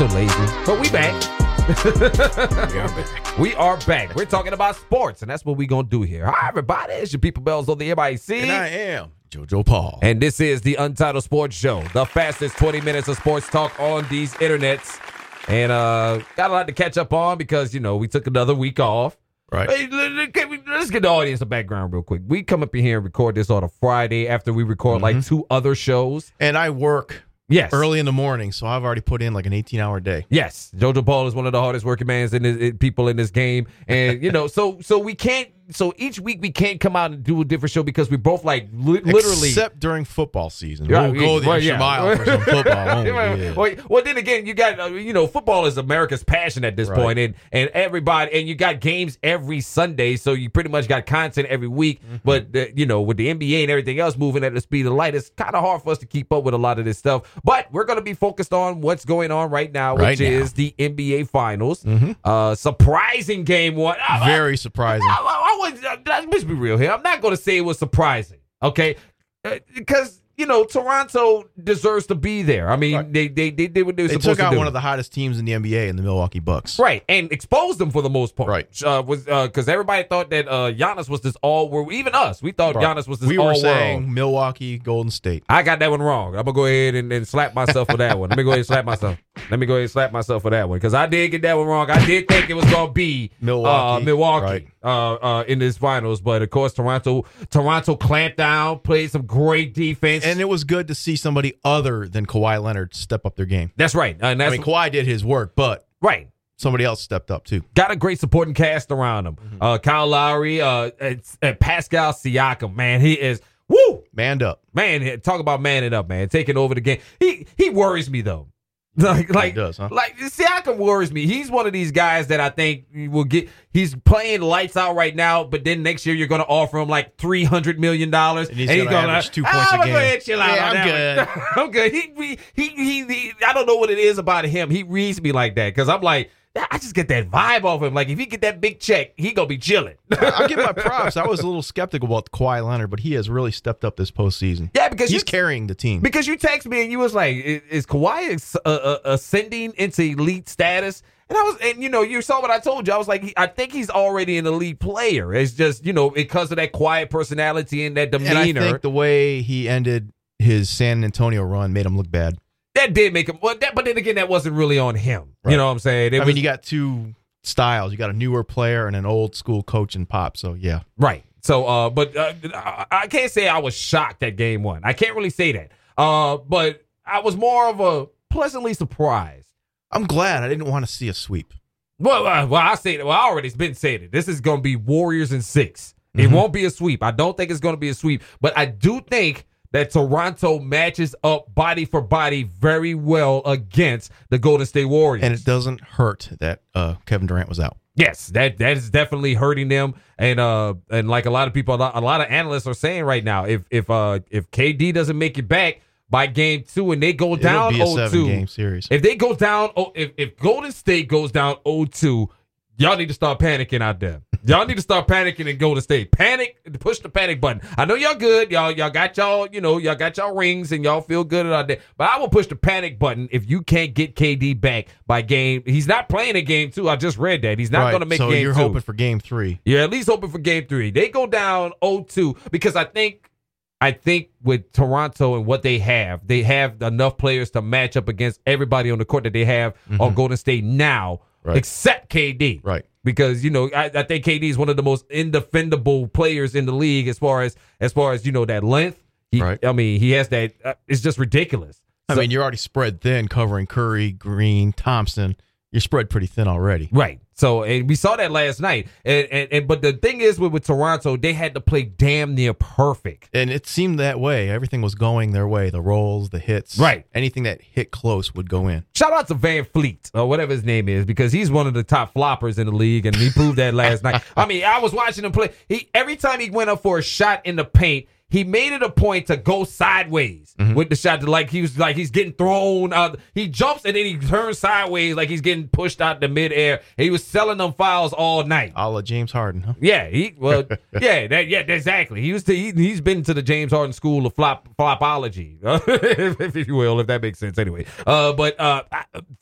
amazing. But we back. We are back. We are back. We're talking about sports, and that's what we're gonna do here. Hi, everybody. It's your people bells on the MIC. And I am JoJo Paul. And this is the Untitled Sports Show, the fastest 20 minutes of sports talk on these internets. And uh got a lot to catch up on because, you know, we took another week off. right. Hey, let- let- can we- let's get the audience a background real quick. We come up in here and record this on a Friday after we record like two other shows. And I work Yes. Mm-hmm. early in the morning, so I've already put in like an 18 hour day. Yes, Jojo Paul is one of the hardest working mans in, this, in- people in this game, and you know, so so we can't. So each week we can't come out and do a different show because we both like li- literally. Except during football season. Yeah, we'll go the well, extra yeah. mile for some football. Oh, won't we? Yeah. well, well, then again, you got uh, you know football is America's passion at this Right. point, and and everybody and you got games every Sunday, so you pretty much got content every week. Mm-hmm. But uh, you know, with the NBA and everything else moving at the speed of light, it's kind of hard for us to keep up with a lot of this stuff. But we're going to be focused on what's going on right now, Right which now. Mm-hmm. is the NBA Finals. Uh, surprising game one. Oh, I- I- Very surprising. I, I, I was, uh, let's be real here. I'm not going to say it was surprising, okay? Because you know Toronto deserves to be there. I mean, Right. they, they they did what they were They supposed took to out do. one of the hottest teams in the NBA in the Milwaukee Bucks. Right, and exposed them for the most part. Right. uh, was because everybody thought that uh, Giannis was this all world. Even us, we thought Right. Giannis was this We all were world. saying Milwaukee, Golden State. I got that one wrong. I'm gonna go ahead and, and slap myself for that one. Let me go ahead and slap myself. Let me go ahead and slap myself for that one because I did get that one wrong. I did think it was gonna be Milwaukee, uh, Milwaukee right. uh, uh, in this finals, but of course Toronto Toronto clamped down, played some great defense. And it was good to see somebody other than Kawhi Leonard step up their game. that's right, Uh, and I that's mean, Kawhi did his work, but right. somebody else stepped up too. Got a great supporting cast around him. Mm-hmm. Uh, Kyle Lowry, uh, it's, uh, Pascal Siakam, man, he is woo. Manned up. Man, talk about manning up, man. Taking over the game. He he worries me though. Like like does, huh? like Siakam worries me. He's one of these guys that I think will get. He's playing lights out right now, but then next year you're going to offer him like three hundred million dollars, And he's gonna average two points a I'm game." "Ah, Go ahead, chill out Yeah, on I'm that one." I'm good. He, we- he he he. I don't know what it is about him. He reads me like that because I'm like. I just get that vibe off him. Like if he get that big check, he gonna be chilling. I'll give my props. I was a little skeptical about Kawhi Leonard, but he has really stepped up this postseason. yeah, because He's you- carrying the team. Because you text me and you was like, "I- "Is Kawhi ex- uh, uh, ascending into elite status?" And I was, and you know, you saw what I told you. I was like, he- "I think he's already an elite player." It's just you know because of that quiet personality and that and I demeanor think the way he ended his San Antonio run made him look bad. that did make him. Well, that, but then again, that wasn't really on him. You Right. know what I'm saying? It I was- mean, you got two styles. You got a newer player and an old school coach and pop. So yeah, Right. So, uh, but uh, I I can't say I was shocked at game one. I can't really say that. Uh, but I was more of a pleasantly surprised. I'm glad I didn't want to see a sweep. Well, uh, well, I say well, I already been saying it. This is going to be Warriors in 6 It Mm-hmm. won't be a sweep. I don't think it's going to be a sweep, but I do think that Toronto matches up body for body very well against the Golden State Warriors. And it doesn't hurt that uh, Kevin Durant was out. yes, that that is definitely hurting them. And uh, and like a lot of people, a lot, a lot of analysts are saying right now, if if uh if KD doesn't make it back by game two and they go It'll down be a 0 seven 2, game series. if they go down, oh, if, if Golden State goes down 0-2, y'all need to start panicking out there. Y'all need to start panicking in Golden State. Panic, push the panic button. I know y'all good. Y'all y'all got y'all, you know, y'all got y'all rings and y'all feel good out there. But I will push the panic button if you can't get KD back by game. He's not playing in game two. I just read that. He's not Right, gonna make so game you're two. hoping for game three. Yeah, at least hoping for game three. They go down 0-2 because I think I think with Toronto and what they have, they have enough players to match up against everybody on the court that they have on Golden State now, Mm-hmm. Right. except KD. Right. Because you know, I, I think KD is one of the most indefendable players in the league as far as as far as you know that length. He, Right. I mean, he has that. Uh, it's just ridiculous. I So- mean, you're already spread thin covering Curry, Green, Thompson. You're spread pretty thin already. Right. So and we saw that last night. And and, and but the thing is with, with Toronto, they had to play damn near perfect. And it seemed that way. Everything was going their way. The rolls, the hits. Right. Anything that hit close would go in. Shout out to Van Fleet or whatever his name is because he's one of the top floppers in the league and he proved that last night. I mean, I was watching him play. He every time he went up for a shot in the paint, he made it a point to go sideways with the shot. To like he was like he's getting thrown out. He jumps and then he turns sideways like he's getting pushed out the midair. He was selling them fouls all night. A la James Harden, huh? Yeah, he well, yeah, that, yeah, exactly. He was to, he, he's been to the James Harden school of flop flopology, if you will, if that makes sense. Anyway, uh, but uh,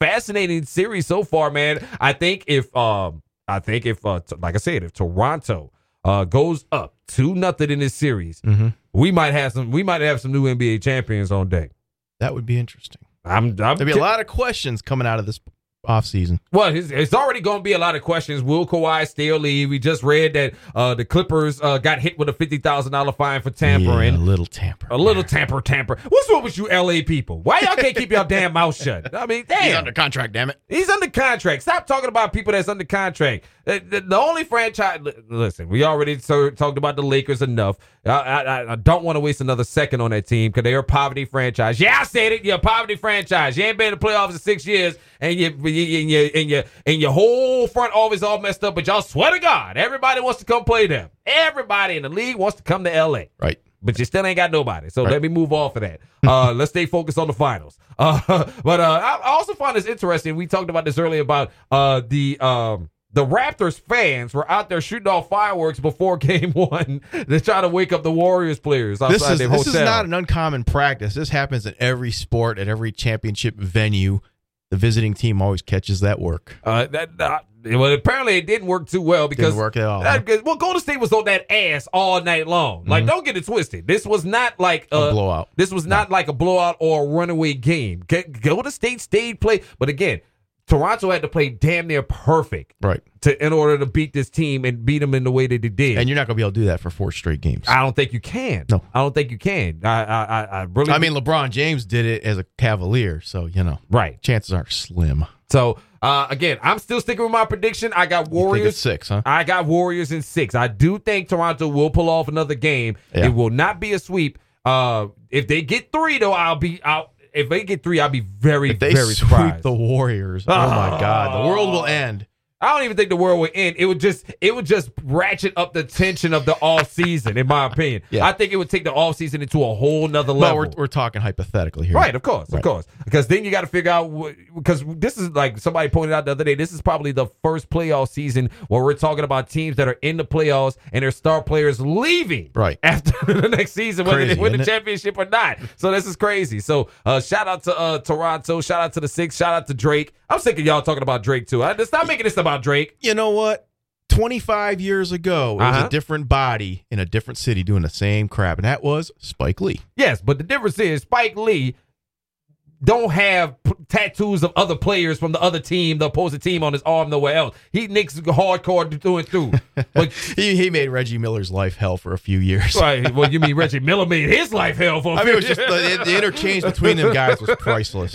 fascinating series so far, man. I think if um, I think if uh, t- like I said, if Toronto uh goes up two nothing in this series, Mm-hmm. we might have some we might have some new NBA champions on deck. That would be interesting. I'm, I'm There'd be a lot of questions coming out of this offseason. Well, it's, it's already going to be a lot of questions. Will Kawhi still leave? We just read that uh, the Clippers uh, got hit with a fifty thousand dollar fine for tampering. Yeah, a little tamper. A little tamper, tamper. What's wrong with you, LA people? Why y'all can't keep y'all damn mouth shut? I mean, damn. He's under contract, damn it. He's under contract. Stop talking about people that's under contract. The, the- the only franchise. li- Listen, we already so, talked about the Lakers enough. I, I, I- I don't want to waste another second on that team because they're a poverty franchise. Yeah, I said it. You're a poverty franchise. You ain't been in the playoffs in six years, and you, you, you, and you, and you, and your whole front office all messed up. But y'all swear to God, everybody wants to come play them. Everybody in the league wants to come to L.A Right. but you still ain't got nobody. So let me move off of that. Uh, let's stay focused on the finals. Uh, but uh, I I also find this interesting. We talked about this earlier about uh, the um, the Raptors fans were out there shooting off fireworks before Game One to try to wake up the Warriors players outside This is their this is hotel. not an uncommon practice. This happens in every sport, at every championship venue. The visiting team always catches that work. Uh, that, that- well, apparently it didn't work too well because work at all, that- huh? because- well, Golden State was on that ass all night long. Like, Mm-hmm. don't get it twisted. This was not like a, blowout. This was not like a blowout or a runaway game. G- Golden State stayed play, but again, Toronto had to play damn near perfect Right. to in order to beat this team and beat them in the way that they did. And you're not going to be able to do that for four straight games. I, I don't think you can. No. I don't think you can. I, I, I- I really. mean, LeBron James did it as a Cavalier, so, you know, right. chances are slim. So uh, again, I'm still sticking with my prediction. I got I think Warriors it's six, huh? I got Warriors in six. I do think Toronto will pull off another game. Yeah. It will not be a sweep. Uh, if they get three, though, I'll be out. If they get three, I'll be very, If they very sweep surprised. Ah. the Warriors, oh, my God, the world will end. I don't even think the world would end. It would just, it would just ratchet up the tension of the off season, in my opinion. Yeah. I think it would take the off season into a whole nother But level. we're, we're talking hypothetically here. Right, of course, of Right. course. Because then you got to figure out what, because this is like somebody pointed out the other day. This is probably the first playoff season where we're talking about teams that are in the playoffs and their star players leaving Right. after the next season, whether Crazy, they win the isn't it? championship or not. So this is crazy. So uh, shout out to uh, Toronto, shout out to the Six, shout out to Drake. I'm sick of y'all talking about Drake too. I, stop making this about Drake. You know what? 25 years ago, it was Uh-huh. a different body in a different city doing the same crap, and that was Spike Lee. Yes, but the difference is Spike Lee don't have p- tattoos of other players from the other team, the opposing team on his arm nowhere else. He nicks hardcore through and through. But He, he made Reggie Miller's life hell for a few years. right, well, you mean Reggie Miller made his life hell for? a I mean, it was few just uh, the, the interchange between them guys was priceless.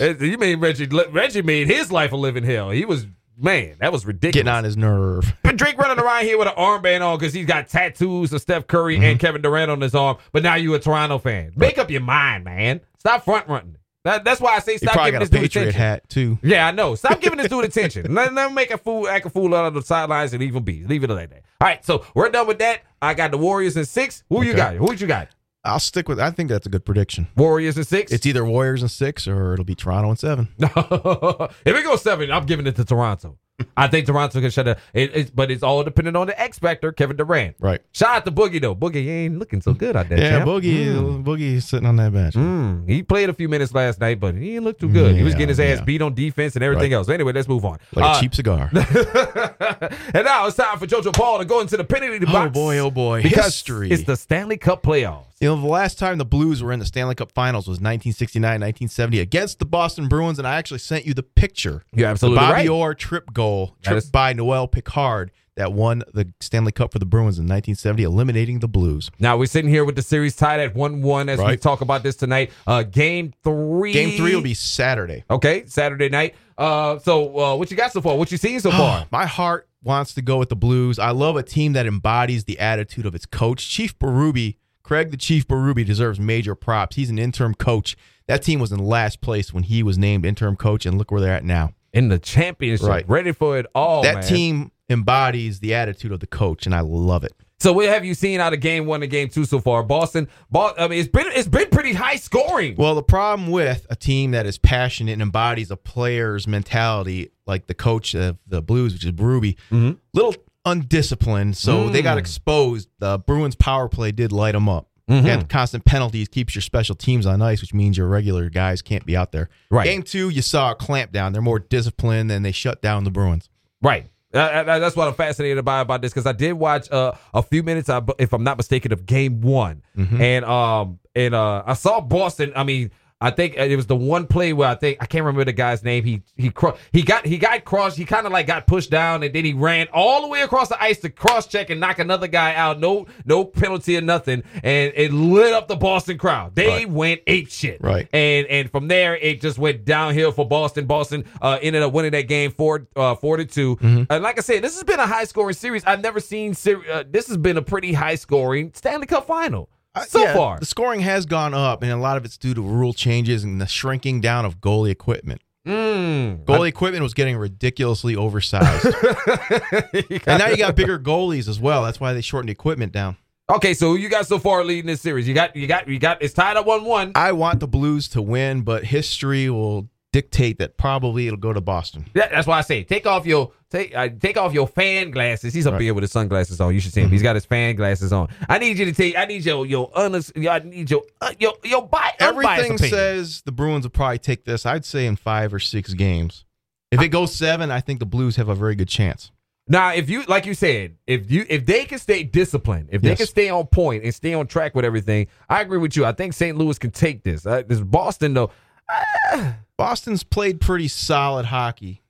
years. you mean Reggie? Reggie made his life a living hell. He was man, that was ridiculous. Getting on his nerve. But Drake running around here with an armband on because he's got tattoos of Steph Curry Mm-hmm. and Kevin Durant on his arm. But now you a Toronto fan. Make up your mind, man. Stop front running. That, that's why I say He stop probably giving got a this dude Patriot attention. hat too. Yeah, I know. Stop giving this dude attention. Let, let him make a fool, act a fool out of the sidelines and even be. Leave it like that. All right, so we're done with that. I got the Warriors in six. Who you Okay. got? Who you got? I'll stick with. I think that's a good prediction. Warriors in six. It's either Warriors and six, or it'll be Toronto and seven. if it goes seven, I'm giving it to Toronto. I think Toronto can shut it. it it's, but it's all dependent on the X factor, Kevin Durant. Right. Shout out to Boogie though. Boogie he ain't looking so good out there. Yeah, champ. Boogie, Mm. Boogie is sitting on that bench. Mm, he played a few minutes last night, but he didn't look too good. he was Yeah, getting his ass yeah. beat on defense and everything else. Anyway, let's move on. Like Uh, a cheap cigar. Oh, and now it's time for JoJo Paul to go into the penalty Oh, box. boy, oh, boy. Because History. It's the Stanley Cup playoffs. You know, the last time the Blues were in the Stanley Cup Finals was 1969-1970 against the Boston Bruins, and I actually sent you the picture. You're absolutely the Bobby right. Orr trip goal, That trip is- by Noel Picard, that won the Stanley Cup for the Bruins in 1970, eliminating the Blues. Now we're sitting here with the series tied at one-one as we Right. talk about this tonight. Uh, game three. Game three will be Saturday. okay Saturday night. Uh, so uh, what you got so far? What you seen so far? My heart wants to go with the Blues. I love a team that embodies the attitude of its coach. Chief Berube, Craig the Chief Berube deserves major props. He's an interim coach. That team was in last place when he was named interim coach, and look where they're at now. In the championship, Right. ready for it all. that Oh, man. team embodies the attitude of the coach, and I love it. So what have you seen out of game one and game two so far? Boston, Boston I mean, it's been it's been pretty high scoring. Well, the problem with a team that is passionate and embodies a player's mentality, like the coach of the Blues, which is Ruby, Mhm. little undisciplined, so they got Mm. exposed. The Bruins' power play did light them up. Mhm. And constant penalties keeps your special teams on ice, which means your regular guys can't be out there. Right. Game two, you saw a clamp down. They're more disciplined, and they shut down the Bruins. Right. Uh, that- that's what I'm fascinated by about this because I did watch uh, a few minutes, I- if I'm not mistaken, of Game One, Mm-hmm. and um and uh I saw Boston. I mean, I think uh, it was the one play where I think I can't remember the guy's name. He he cro- he got he got crossed. He kind of like got pushed down, and then he ran all the way across the ice to cross check and knock another guy out. No no penalty or nothing, and it lit up the Boston crowd. They Right. went ape shit. Right. And and from there it just went downhill for Boston. Boston uh, ended up winning that game four uh, four to 2 Mm-hmm. And like I said, this has been a high scoring series. I've never seen ser- uh, this has been a pretty high scoring Stanley Cup final so Uh, yeah, far. the scoring has gone up, and a lot of it's due to rule changes and the shrinking down of goalie equipment. Mm. Goalie equipment was getting ridiculously oversized. and now you got bigger goalies as well. That's why they shortened the equipment down. Okay, so who you got so far leading this series? You got you got you got it's tied up one one. I want the Blues to win, but history will dictate that probably it'll go to Boston. That, that's why I say take off your take uh, take off your fan glasses. He's up Right. Mm-hmm. here with his sunglasses on. You should see him. He's got his fan glasses on. I need you to take. I need your your honest. I need your uh, your your bi- unbiased Everything opinion. says the Bruins will probably take this. I'd say in five or six games. If it goes seven, I think the Blues have a very good chance. Now, if you like you said, if you if they can stay disciplined, if they Yes. can stay on point and stay on track with everything, I agree with you. I think St. Louis can take this. Uh, this Boston though, Boston's played pretty solid hockey,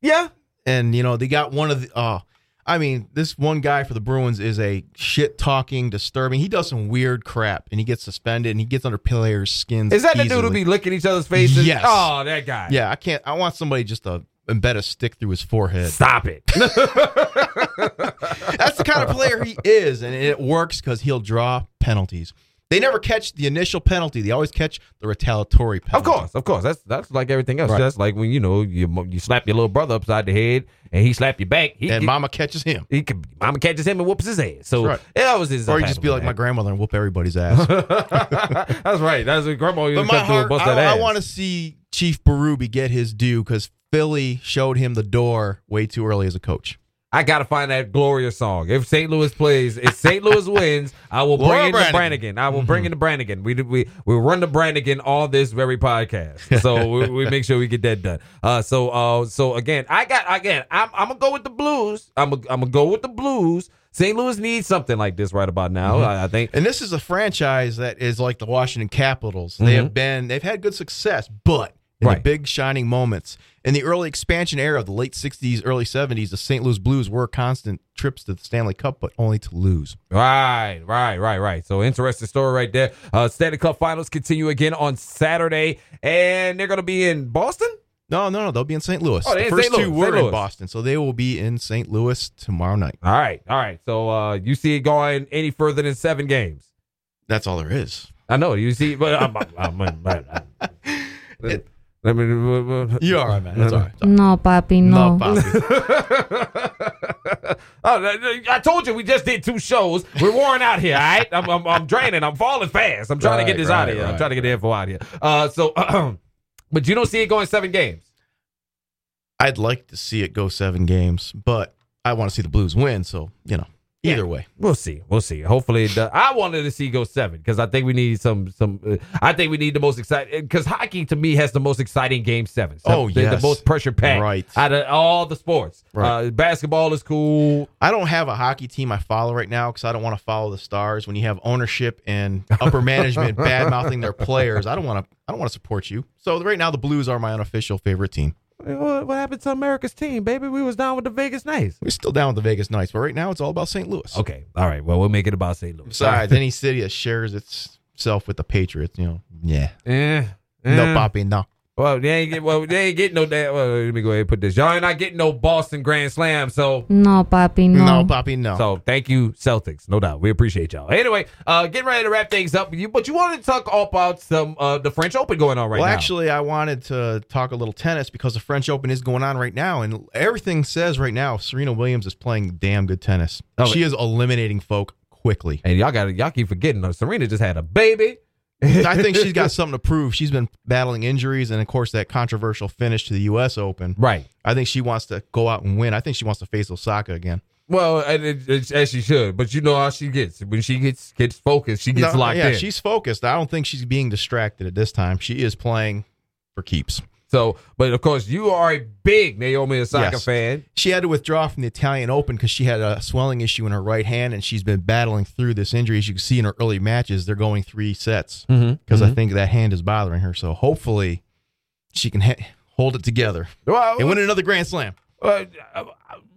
yeah, and you know they got one of the. Uh, I mean, this one guy for the Bruins is a shit talking, disturbing. He does some weird crap, and he gets suspended, and he gets under players' skins. is that the dude easily. who be licking each other's faces? Yes. Oh, that guy. Yeah, I can't. I want somebody just to embed a stick through his forehead. Stop it. That's the kind of player he is, and it works because he'll draw penalties. They never catch the initial penalty; they always catch the retaliatory Of penalty. course, of course. That's that's like everything else. Right. That's like when you know you mo- you slap your little brother upside the head and he slap you back. He, and he, Mama catches him, he could, mama catches him and whoops his ass. So That's right. yeah, that was his. or he just be like my grandmother and whoop everybody's ass. that's right. That's what grandma used to come but my through and heart, bust that I, ass. want to see Chief Baruby get his due because Philly showed him the door way too early as a coach. I gotta find that Gloria song. If St. Louis plays, if St. Louis wins, I will Laura bring in the Branigan. Mm-hmm. Brannigan. I will bring in the Brannigan. We do- we we run the Brannigan on this very podcast, so we, we make sure we get that done. Uh, so uh, so again, I got again. I'm I'm gonna go with the Blues. I'm i I'm gonna go with the Blues. St. Louis needs something like this right about now. Mm-hmm. I, I think. And this is a franchise that is like the Washington Capitals. They have been, they've had good success, but in the Mhm. Right. big shining moments in the early expansion era of the late '60s, early '70s, the St. Louis Blues were constant trips to the Stanley Cup, but only to lose. Right, right, right, right. So interesting story right there. Uh, Stanley Cup Finals continue again on Saturday, and they're gonna be in Boston. No, no, no, they'll be in St. Louis. Oh, they're the in first St. Louis, two were St. in Louis. Boston, so they will be in St. Louis tomorrow night. All right, all right. So uh, you see it going any further than seven games? That's all there is. I know you see, but I'm, I'm, I'm, I'm, I'm, It- Let me- You all right, man? That's all right. No, papi, No, no. Bobby. Oh, th- th- I told you we just did two shows. We're worn out here, all right? I'm, I'm, I'm draining. I'm falling fast. I'm trying to Right, get this out right, of here. I'm right, trying to get the info out of here. Uh, so, but you don't see it going seven games. I'd like to see it go seven games, but I want to see the Blues win. So you know, either Yeah. way. We'll see. We'll see. Hopefully, it does. I wanted to see go seven because I think we need some. Some. Uh, I think we need the most exciting because hockey to me has the most exciting game seven. So Oh, the, yes. the most pressure packed Right. out of all the sports. Right. Uh, basketball is cool. I don't have a hockey team I follow right now because I don't want to follow the stars. When you have ownership and upper management bad mouthing their players, I don't want to. I don't want to support you. So right now, the Blues are my unofficial favorite team. What, what happened to America's team, baby? We was down with the Vegas Knights. We're still down with the Vegas Knights, but right now it's all about St. Louis. Okay. All right. Well, we'll make it about St. Louis. Besides, any city that shares itself with the Patriots, you know, yeah, Eh, eh. no, Bobby, no. Well, they ain't get well, they ain't getting no damn. Well, let me go ahead and put this. Y'all ain't not getting no Boston Grand Slam, so No, papi, no. No, Poppy, no. so thank you Celtics, no doubt. We appreciate y'all. Anyway, uh, getting ready to wrap things up. You but you wanted to talk all about some uh the French Open going on right well, now. actually, I wanted to talk a little tennis because the French Open is going on right now, and everything says right now Serena Williams is playing damn good tennis. Oh, she is eliminating folk quickly. and y'all got to y'all keep forgetting uh, Serena just had a baby. I think she's got something to prove. She's been battling injuries, and of course, that controversial finish to the U.S. Open. right. I think she wants to go out and win. I think she wants to face Osaka again. Well, and it, it's- as she should, but you know how she gets when she gets gets focused, she gets No, locked yeah, in. she's focused. I don't think she's being distracted at this time. She is playing for keeps. So, but of course, you are a big Naomi Osaka Yes. fan. She had to withdraw from the Italian Open because she had a swelling issue in her right hand, and she's been battling through this injury. As you can see in her early matches, they're going three sets Mm-hmm. because I think that hand is bothering her. So hopefully, she can ha- hold it together well, and win another Grand Slam. Uh,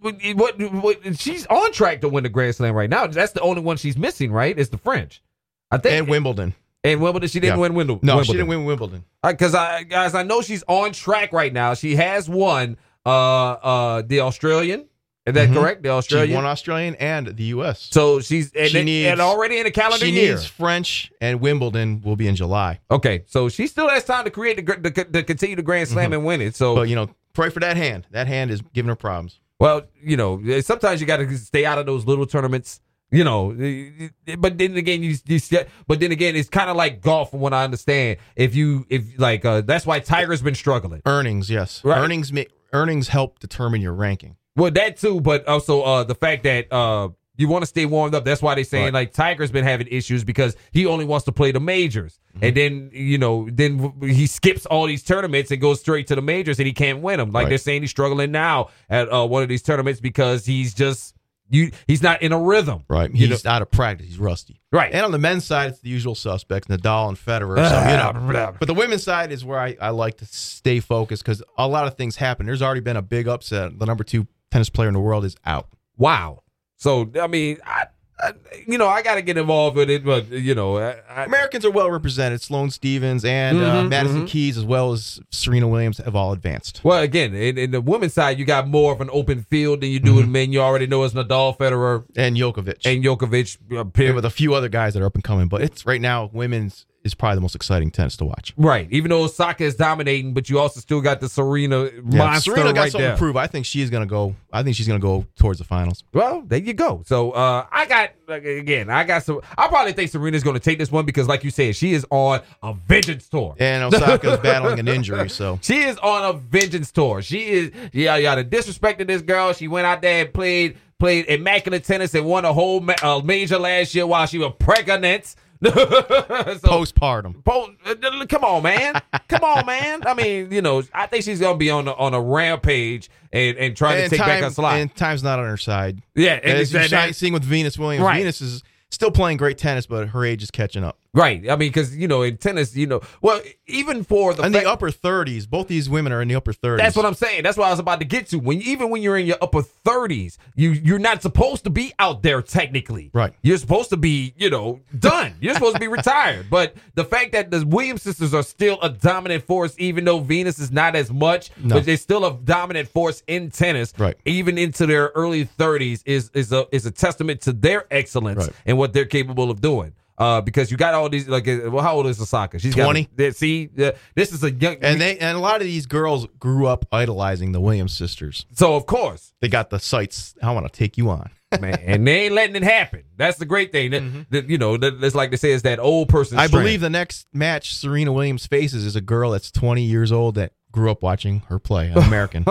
what, what? She's on track to win the Grand Slam right now. That's the only one she's missing, right? Is the French. I think. And Wimbledon. and Wimbledon, she didn't Yeah. win Wimbledon. No, she didn't win Wimbledon. Because I, guys, I know she's on track right now. She has won uh, uh, the Australian. Is that Mhm. correct? The She Australian. won Australian and the U.S. so she's and, She and- needs- and already in the calendar she year. needs French, and Wimbledon will be in July. okay, so she still has time to create the, gr- the, to continue the Grand Slam and win it. So Mm-hmm. But you know, pray for that hand. That hand is giving her problems. Well, you know, eh, sometimes you got to stay out of those little tournaments. You know, eh, but then again, you, you but then again, it's kind of like golf, from what I understand. If you, if like, uh, that's why Tiger's been struggling. Earnings, yes. Right. Earnings, ma- earnings help determine your ranking. Well, that too, but also uh, the fact that uh, you want to stay warmed up. That's why they saying Right. like Tiger's been having issues because he only wants to play the majors, Mm-hmm. and then you know, then w- he skips all these tournaments and goes straight to the majors, and he can't win them. Like Right. they're saying he's struggling now at uh, one of these tournaments because he's just you. He's not in a rhythm. Right. You He's out of practice. He's rusty. Right. And on the men's side, it's the usual suspects, Nadal and Federer. So, you Ah, know. blah. But the women's side is where I, I like to stay focused because a lot of things happen. There's already been a big upset. The number two tennis player in the world is out. Wow. So I mean, I, I you know, I got to get involved with it, but you know, I, I, Americans are well represented. Sloane Stevens and uh, Mhm, Madison mhm. Keys, as well as Serena Williams, have all advanced. Well, again, in, in the women's side, you got more of an open field than you do Mm-hmm. in men. You already know it's Nadal, Federer, And Djokovic. and Djokovic. uh, Yeah, period. with a few other guys that are up and coming, but it's right now women's is probably the most exciting tennis to watch. Right. Even though Osaka is dominating, but you also still got the Serena monster Serena got right something there. to prove. I think she is going to go. I think she's going to go towards the finals. Well, there you go. So uh, I got like, again, I got some. I probably think Serena's going to take this one because, like you said, she is on a vengeance tour. And Osaka is battling an injury, so She is on a vengeance tour. She is yeah, yeah. The disrespect of this girl. She went out there and played played immaculate tennis and won a whole ma- uh, major last year while she was pregnant. so, postpartum. po- uh, come on, man. Come on, man. I mean, you know, I think she's gonna be on a, on a rampage and, and trying to take back her slot. and time's not on her side. yeah, and it's- As you're and that- seeing with Venus Williams, Right. Venus is still playing great tennis, but her age is catching up. right. I mean, because you know, in tennis, you know, well, even for the In the fact- upper 30s, both these women are in the upper 30s. That's what I'm saying. That's what I was about to get to. When even when you're in your upper 30s, you you're not supposed to be out there technically. Right. You're supposed to be, you know, done. You're supposed to be retired. But the fact that the Williams sisters are still a dominant force, even though Venus is not as much, No. but they're still a dominant force in tennis, Right. even into their early 30s, is is a is a testament to their excellence Right. and what they're capable of doing. Uh, because you got all these like, uh, well, how old is Osaka? She's got- 20. Yeah, see, uh, this is a young and they and a lot of these girls grew up idolizing the Williams sisters. so of course. They got the sights. I want to take you on. man, and they ain't letting it happen. That's the great thing. That, that, you know, that, that's like they say, it's that old person. I strength. believe the next match Serena Williams faces is a girl that's 20 years old that grew up watching her play, an American.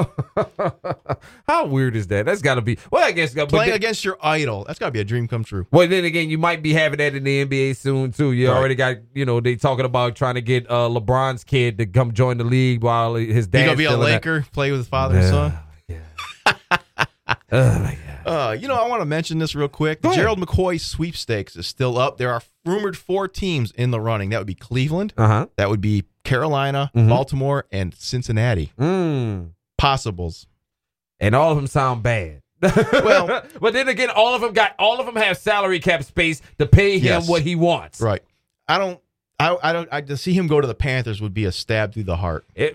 How weird is that? That's got to be. Well, I guess. uh, But Playing then, against your idol. That's got to be a dream come true. well, then again, you might be having that in the NBA soon too. You Right. already got. You know, they talking about trying to get uh, LeBron's kid to come join the league while his You dad. going to be a Laker, play with father and son? Uh, you know, I want to mention this real quick. Go ahead. Gerald McCoy sweepstakes is still up. There are rumored four teams in the running. That would be Cleveland, Uh huh. that would be Carolina, Mhm. Baltimore, and Cincinnati. Mm. Possibles. And all of them sound bad. Well- but then again, all of them got all of them have salary cap space to pay him Yes. what he wants. Right. I don't I, I don't. I to see him go to the Panthers would be a stab through the heart. It,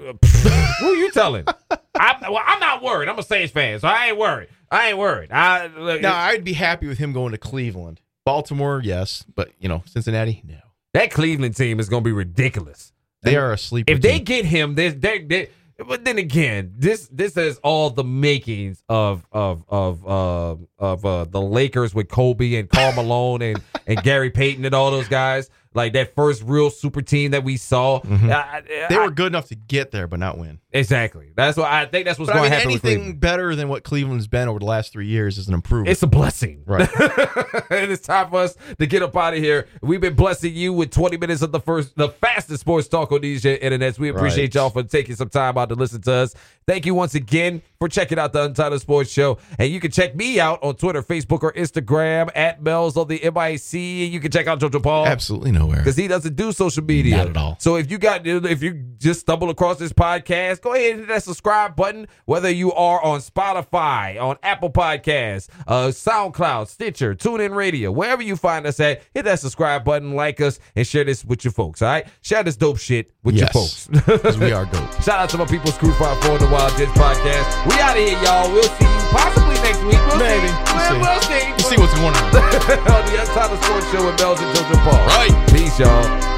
who you telling? I'm, well, I'm not worried. I'm a Saints fan, so I ain't worried. I ain't worried. I, look, Now I'd be happy with him going to Cleveland, Baltimore, yes, but you know Cincinnati, no. that Cleveland team is going to be ridiculous. They are a sleeper. If they team. get him, they they they. But then again, this this is all the makings of of of uh, of uh, the Lakers with Kobe and Carl Malone and and Gary Payton and all those guys. Like that first real super team that we saw. Mhm. I- I- they I- were good enough to get there, but not win. exactly. That's what I think. That's what's But I going mean, to happen with Cleveland. anything better than what Cleveland's been over the last three years is an improvement. It's a blessing. Right. and it's time for us to get up out of here. We've been blessing you with 20 minutes of the first, the fastest sports talk on these internets. We appreciate Right. y'all for taking some time out to listen to us. Thank you once again for checking out the Untitled Sports Show. And you can check me out on Twitter, Facebook, or Instagram at Mel's of the MIC. You can check out Jojo Paul Absolutely nowhere. because he doesn't do social media Not at all. So if you got if you just stumbled across this podcast, go ahead and hit that subscribe button. Whether you are on Spotify, on Apple Podcasts, uh, SoundCloud, Stitcher, TuneIn Radio, wherever you find us at, hit that subscribe button, like us, and share this with your folks. All right, share this dope shit with your folks. Yes. 'Cause we are dope. Shout out to my people's crew five four the Wild Jets podcast. We out of here, y'all. We'll see you possibly next week. We'll Maybe. See. We'll see. Well, we'll see. Let's see what's going on. on the Untitled Sports Show with Bells and Jojo Paul. Right. Peace, y'all.